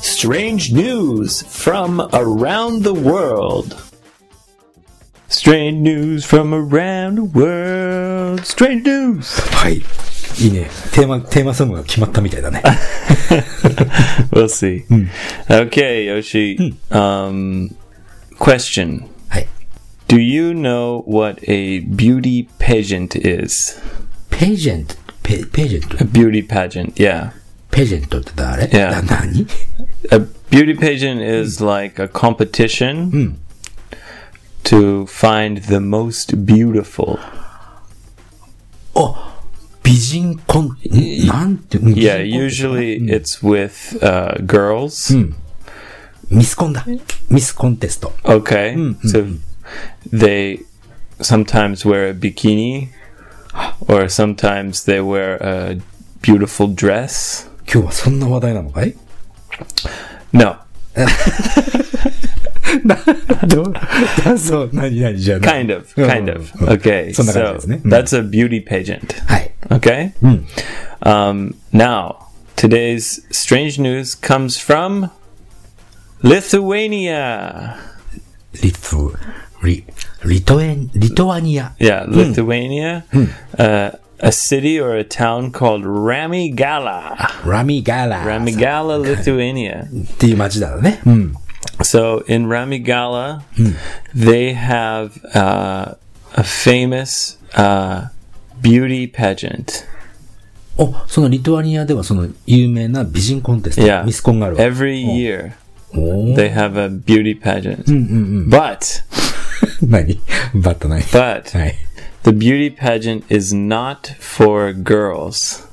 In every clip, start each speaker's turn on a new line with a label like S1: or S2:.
S1: Strange news from around the world. Strange news from around the world. Strange news.
S2: はい。いいね。テーマ、テーマソングが決まったみたい だね。
S1: We'll see. Okay, Yoshi. Um, question.
S2: はい。
S1: Do you know what a beauty pageant is?
S2: ページェント、ペ、ページェント
S1: A、beauty pageant, yeah.
S2: ページェントって誰
S1: いや
S2: な何
S1: A beauty pageant is like a competition to find the most beautiful.
S2: あ、美人コン、んなんて、うん
S1: Yeah,
S2: 美人コン
S1: usually it's with uh, girls.
S2: ミスコンだ。ミスコンテスト。
S1: Okay, so they sometimes wear a bikini, or sometimes they wear a beautiful dress.
S2: 今日はそんな話題なのかい
S1: No,
S2: どうそう、 何何じゃあ
S1: kind of, kind of.
S2: うんうんうん
S1: Okay,
S2: そんな感じ
S1: so
S2: ですね。うん
S1: that's a beauty pageant.
S2: はい。
S1: Okay. Um, now, today's strange news comes from Lithuania.
S2: リト、リ、リトエン、リトアニア。
S1: Yeah, Lithuania. Uh, a city or a town called Ramigala.
S2: ラミガラ。
S1: Ramigala, Lithuania.
S2: っていう街だね。うん。
S1: So in Ramigala, they have uh, a famous uh, beauty pageant.
S2: お、そのリトアニアではその有名な美人コンテスト。
S1: Yeah.
S2: ミスコンがあるわ。
S1: Every year,
S2: おー
S1: they have a beauty pageant. But,
S2: 何 バットない。
S1: but,
S2: はい。
S1: The beauty pageant is not for girls.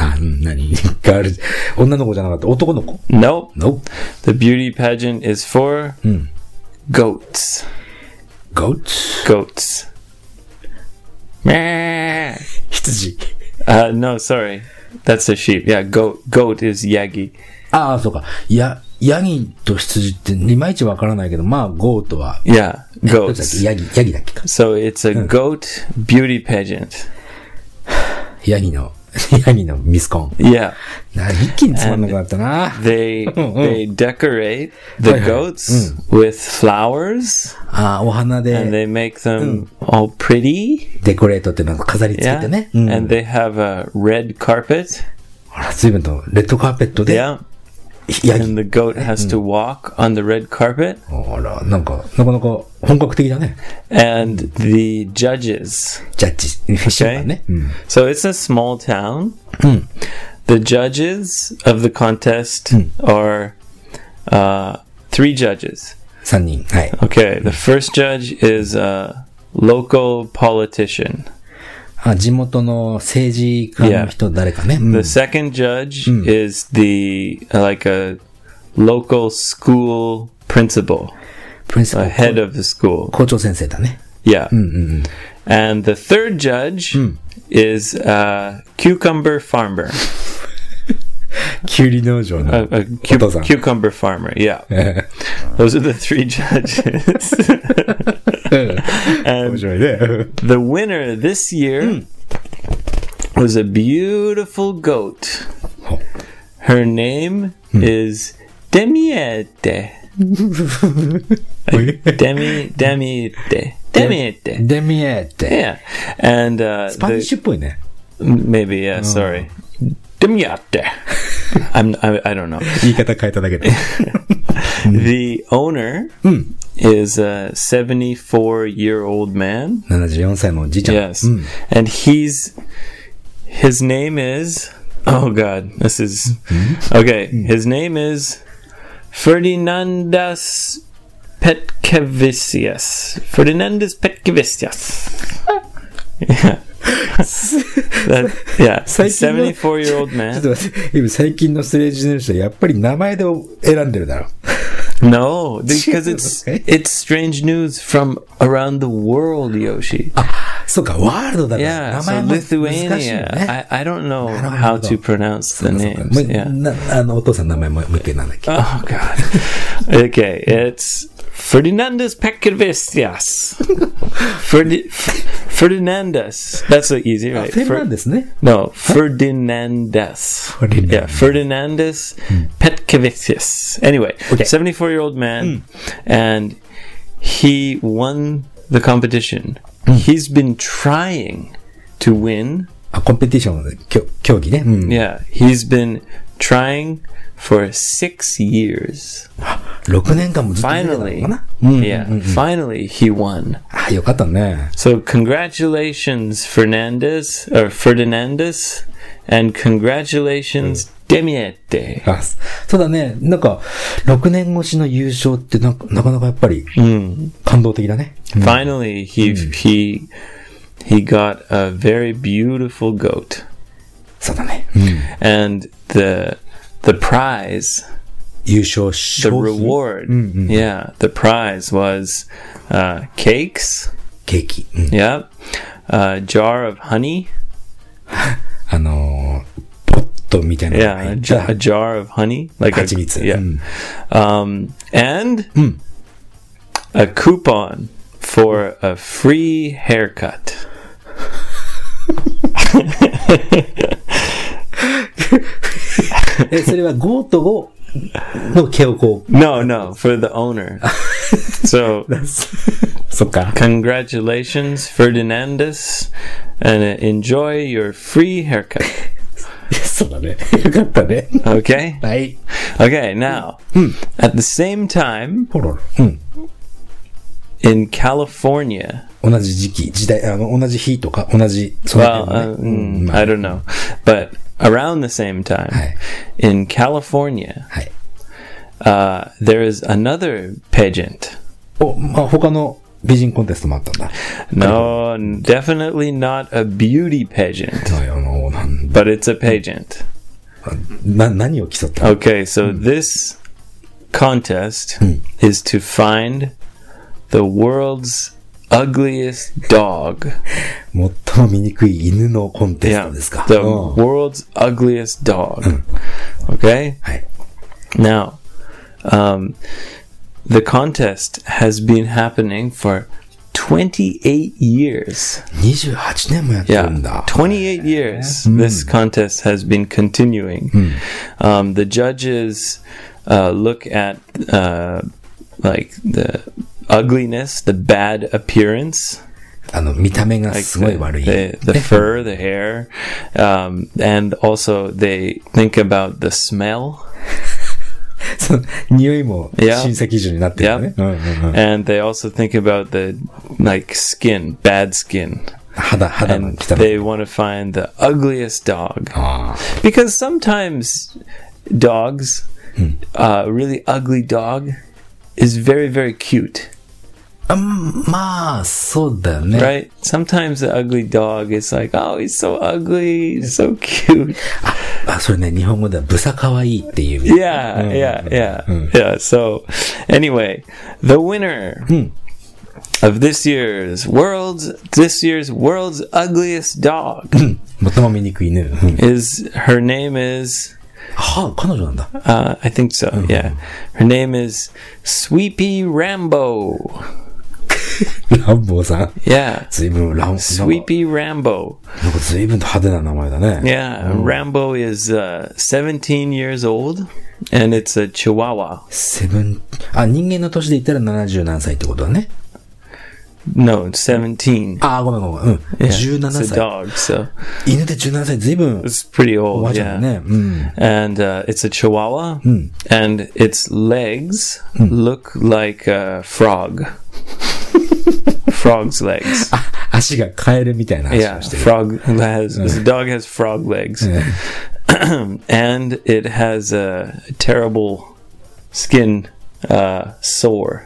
S2: あ、うん何ガールズ、女の子じゃなかった。男の子
S1: Nope.
S2: ?No.
S1: The beauty pageant is for goats.
S2: Goat?
S1: Goats. Meh.
S2: 羊。
S1: Uh, no, sorry. That's a sheep. Yeah, goat. Goat is yagi.
S2: ああ、そうか。や、ヤギと羊っていまいちわからないけど、まあ、ゴートは、
S1: Yeah,
S2: どっちだっけ
S1: goats.
S2: ヤギ、ヤギだっけか。
S1: So it's a goat beauty pageant.
S2: ヤギの、 ヤギのミスコン。
S1: Yeah,
S2: な、一気につまんなくなったな。
S1: they they decorate the
S2: hi.
S1: goats with flowers
S2: ああ、お花
S1: and
S2: で、
S1: they make them all pretty.
S2: デコレートってなんか飾り付け
S1: Yeah.
S2: てね。うん。
S1: And they have a red carpet.
S2: ほら、随分と、レッドカーペットで、ヤ
S1: Yeah.
S2: ギ。
S1: And the goat has to walk on the red carpet.
S2: あら、なんか、なかなか本格的だね。
S1: And the judges.
S2: ジャッジ、フィッシャーマンね。うん。
S1: So it's a small town. The judges of the contest are uh, three judges.
S2: 三人。はい。
S1: Okay. The first judge is a local politician.
S2: あ、地元の政治家の人、誰かね。うん
S1: The second judge is the uh, like a local school principal.
S2: プリンシパ
S1: the
S2: ル
S1: head of the school.
S2: 校長先生だね。
S1: Yeah. And the third judge is a cucumber farmer.
S2: キュウリ農場の
S1: A, a cu-
S2: お父さん。
S1: cucumber farmer. Yeah. Those are the three judges.
S2: 面白いね。
S1: the winner this year was a beautiful goat. Her name is Demiete. Demi Demiete. Demiete.
S2: デミエって。
S1: Yeah. And uh,
S2: パニッ
S1: the-
S2: シュっぽいね。
S1: Maybe, yeah, sorry. Dimyatte. I'm, I, I don't know.
S2: 言い方変えただけで。
S1: The owner is a 74 year old man.
S2: 74歳のおじいちゃん。
S1: Yes. And he's. His name is. Oh, God. This is. Okay. His name is Ferdinandas Petkevicius. Ferdinandas Petkevicius. Yeah. That- yeah.
S2: 最近の-
S1: 74 year old
S2: ちょ
S1: man.
S2: っと待って、今最近のストレージの人はやっぱり名前で選んでるだろう。
S1: No, because it's
S2: Okay.
S1: it's strange news from around the world, Yoshi.
S2: そうか、ワールドだから
S1: yeah,
S2: 名
S1: so
S2: 前も難しいよね。
S1: Lithuania. I, I don't know how to pronounce the
S2: そうか
S1: names.
S2: もう
S1: Yeah.
S2: なあの、お父さんの名前ももう一回なんだっけ
S1: Oh God. okay, it's Ferdinandus Pecavicius. Ferdi- F- Ferdinandus. That's so easy,
S2: あ
S1: right?
S2: フェルナン
S1: Fer-
S2: デスね。
S1: no, Ferdinandus.
S2: Ferdinandus.
S1: Yeah, Ferdinandus Petkovicius. Anyway,
S2: Okay.
S1: 74 year old man, and he won the competition. He's been trying to win.
S2: あ、コンペティションの競競技ね。うん。
S1: Yeah, he's been trying for six years.
S2: 6年間もずっと出てたの
S1: Finally,
S2: かな。
S1: yeah, finally he won.
S2: あ、よかったね。
S1: So congratulations, Fernandez or Ferdinandus, and congratulations, Demiette.
S2: あそうだね。なんか、6年越しの優勝ってなんか、なかなかやっぱり、感動的だね。
S1: Finally, he he he got a very beautiful goat,
S2: そうだね。うん
S1: and the the prize,
S2: 優勝
S1: the
S2: 賞品
S1: reward, yeah, the prize was uh, cakes,
S2: ケーキ。うん、
S1: yeah, a jar of honey,
S2: あのー、ポットみたいなのが
S1: yeah,
S2: 入
S1: a
S2: っ
S1: jar,
S2: た
S1: a jar of honey, like a,
S2: 蜂蜜。
S1: yeah,
S2: うん。
S1: um, and a coupon for a free haircut.
S2: え、それはゴートを、の毛をこ
S1: No, no, for the owner. so
S2: う、 そっか。
S1: Congratulations, Ferdinandus, and uh, enjoy your free haircut.
S2: そうだね。よかったね。
S1: Okay?
S2: はい。
S1: Okay, now, at the same time,
S2: ポロロ。うん。
S1: in California,
S2: 同じ時期、時代、あの、同じ日とか、同じ、その
S1: well,
S2: 辺の
S1: uh,
S2: ね
S1: mm,
S2: うんまあ
S1: I don't know, but around the same time,
S2: Hi.
S1: in California,
S2: はい。
S1: uh, there is another pageant.
S2: お、まあ、他の美人コンテストもあったんだ。
S1: No, n- definitely not a beauty pageant,
S2: そうよ、もう、なん、
S1: but it's a pageant.
S2: な、何を競ったの
S1: Okay, so this contest is to find the world's ugliest dog.
S2: 最も醜い犬のコンテストですか。
S1: the
S2: うん
S1: world's ugliest dog. Okay,
S2: はい。
S1: now um, the contest has been happening for 28 years.
S2: 28年もやってる
S1: Yeah, Hmm.
S2: んだ。
S1: 28 years this contest has been continuing. Um, the judges uh, look at uh, like the ugliness, the bad appearance,
S2: あの、見た目が
S1: like
S2: すごい
S1: the-
S2: 悪い。
S1: the, the fur, the hair, um, and also they think about the smell.
S2: その匂いも
S1: Yeah.
S2: 審査基準になってるよね。
S1: Oh, Yeah.
S2: うんうんうん
S1: And they also think about the like skin, bad skin.
S2: 肌、肌の
S1: And
S2: 汚い。
S1: they want to find the ugliest dog.
S2: あ
S1: because sometimes dogs uh, a really ugly dog is very very cute
S2: ーうんまあ、そうだよね。
S1: right sometimes the ugly dog is like oh he's so ugly he's so cute
S2: あ、それね、日本語ではブサ可愛いっていう。
S1: yeah yeah yeah yeah so anyway the winner of this year's world's this year's world's ugliest dog
S2: 最も醜い犬。うん
S1: is her name is
S2: はあ、彼女なんだ。
S1: uh, I think so. Yeah, her name is Sweepy Rambo.
S2: ランボーさん。
S1: Yeah,
S2: 随分、ラン、なんか
S1: Sweepy Rambo.
S2: なんか随分と派手な名前だね。
S1: Yeah, Rambo is uh, 17 years old, and it's a Chihuahua.
S2: セブン、あ、人間の年で言ったら70何歳ってことだね。
S1: No, 17.
S2: あ、ごめんごめん。うん。
S1: Yeah,
S2: 17
S1: It's a
S2: 歳。
S1: dog, so
S2: 犬で17歳随分、
S1: it's pretty
S2: おばあ
S1: old.
S2: ちゃ
S1: Yeah,
S2: んだね。うん。
S1: and uh, it's a Chihuahua, and its legs look like a frog. Frog's legs.
S2: Ah, 足がカエルみたいな足
S1: Yeah,
S2: をしてる。
S1: frog has the dog has frog legs, and it has a terrible skin uh, sore.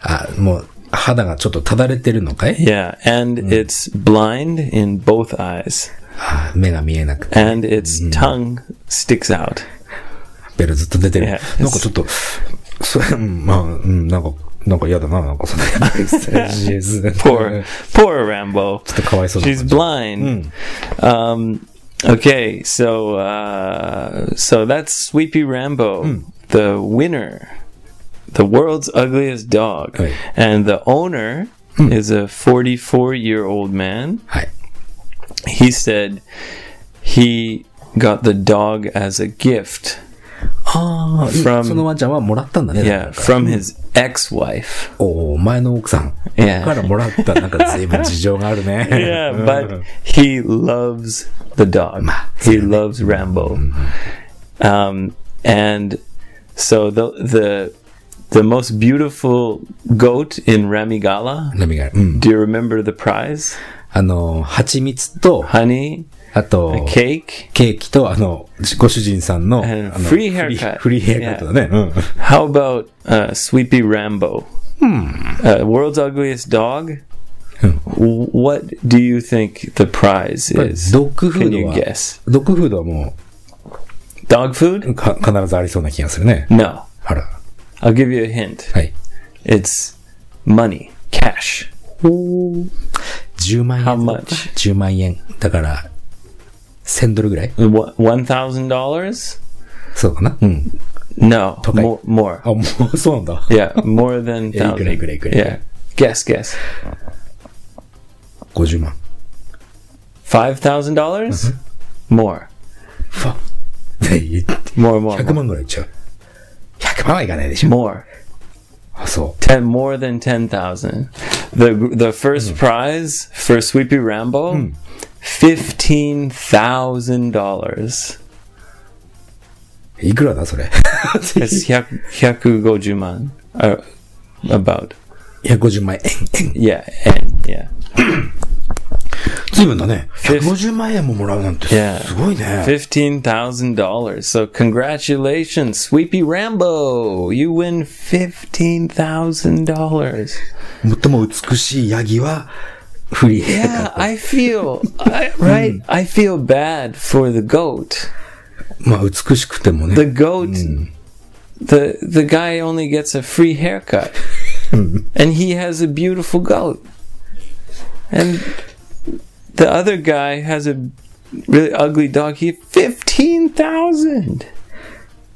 S2: あ、もう、肌がちょっとただれてるのかい
S1: Yeah, and it's blind in both eyes,
S2: あ目が見えなくて、
S1: and its tongue sticks out.
S2: ベルずっと出てる。
S1: い
S2: なん
S1: や
S2: かちょっと、それ、うんまあ、うん、なんか、なんか嫌だな、なんかその、
S1: Poor,
S2: ポ
S1: poor Rambo.
S2: ちょっとかわいそうな
S1: She's
S2: 感じ。
S1: blind. Um, okay, so uh, so that's Sweepy Rambo, the winner the world's ugliest dog.
S2: Right.
S1: And the owner is a 44 year old man.
S2: はい。
S1: He said he got the dog as a gift.
S2: ああ、いい
S1: From-
S2: そのワンちゃんはもらったんだね。
S1: Yeah, from his ex wife.
S2: おお、前の奥さん
S1: Yeah.
S2: からもらった、なんか随分事情がある ね。
S1: Yeah, but he loves the dog. He loves Rambo. Um, and so the the the most beautiful goat in Ramigala.
S2: 何があるうん。
S1: Do you remember the prize?
S2: あの、蜂蜜と、
S1: Honey,
S2: あと、
S1: cake.
S2: ケーキと、あの、ご主人さんの、あ
S1: And
S2: の
S1: free
S2: フリ
S1: haircut.
S2: フリーヘアカットだね。うん。
S1: How about uh, Sweepy Rambo? Uh, world's ugliest dog. W- What do you think the prize
S2: やっぱり
S1: is?
S2: ドッグフ
S1: Can
S2: ード
S1: you
S2: は、
S1: guess?
S2: ドッグフードはも
S1: Dog food?
S2: う、か必ずありそうな気がするね。
S1: No.
S2: あら。
S1: I'll give you a hint.
S2: はい。
S1: It's money, cash.
S2: 10万円。
S1: How much?
S2: 10万円。だから、1000ドルぐらい
S1: One thousand dollars?
S2: そうかなうん。
S1: No,
S2: Okay.
S1: more. more.
S2: あ、もう、そうなんだ。
S1: Yeah, more than
S2: Yeah,
S1: thousand.
S2: you could, you could, you could.
S1: Yeah, guess, guess.
S2: 50万。
S1: Five thousand dollars?
S2: Uh-huh.
S1: More,
S2: ファって言って
S1: more, more,
S2: 100
S1: more.
S2: 万ぐらいいっちゃう。100万はいかないでしょ。
S1: more.
S2: あ、そ
S1: Ten, more than ten thousand. The the first
S2: Hmm.
S1: prize for Sweepy Rambo, fifteen thousand dollars.
S2: う。いくらだ、それ。
S1: It's hyakugojuman, uh, about
S2: 150万円。
S1: yeah, and yeah.
S2: 随分だね。
S1: Fif-
S2: 150万円ももらうなんて、
S1: Yeah.
S2: すごいね。
S1: Fifteen thousand dollars. So congratulations, Sweepy Rambo! You win fifteen thousand dollars.
S2: 最も美しいヤギは、フリーヘアカ
S1: Yeah, I
S2: ッ
S1: feel I, right. Hmm. I feel bad for the goat.
S2: ト。まあ、美しくても
S1: The
S2: ね。
S1: goat, the the guy only gets a free haircut, and he has a beautiful goat, and the other guy has a really ugly dog. He fifteen thousand.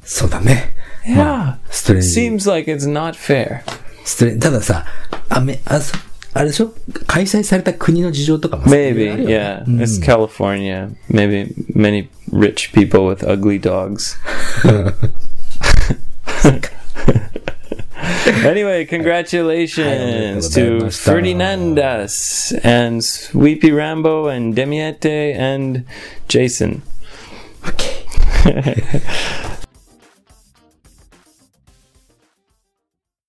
S2: そうだね。
S1: Yeah.
S2: ストレンジ。
S1: Seems like it's not fair.
S2: 失礼たださ、あめあそあれでしょ開催された国の事情とかも
S1: Maybe,
S2: そういうのあるよね
S1: yeah. It's California. Maybe many rich people with ugly dogs. anyway, congratulations to
S2: ありがとうございました。
S1: Ferdinandas and Sweepy Rambo and Demiette and Jason.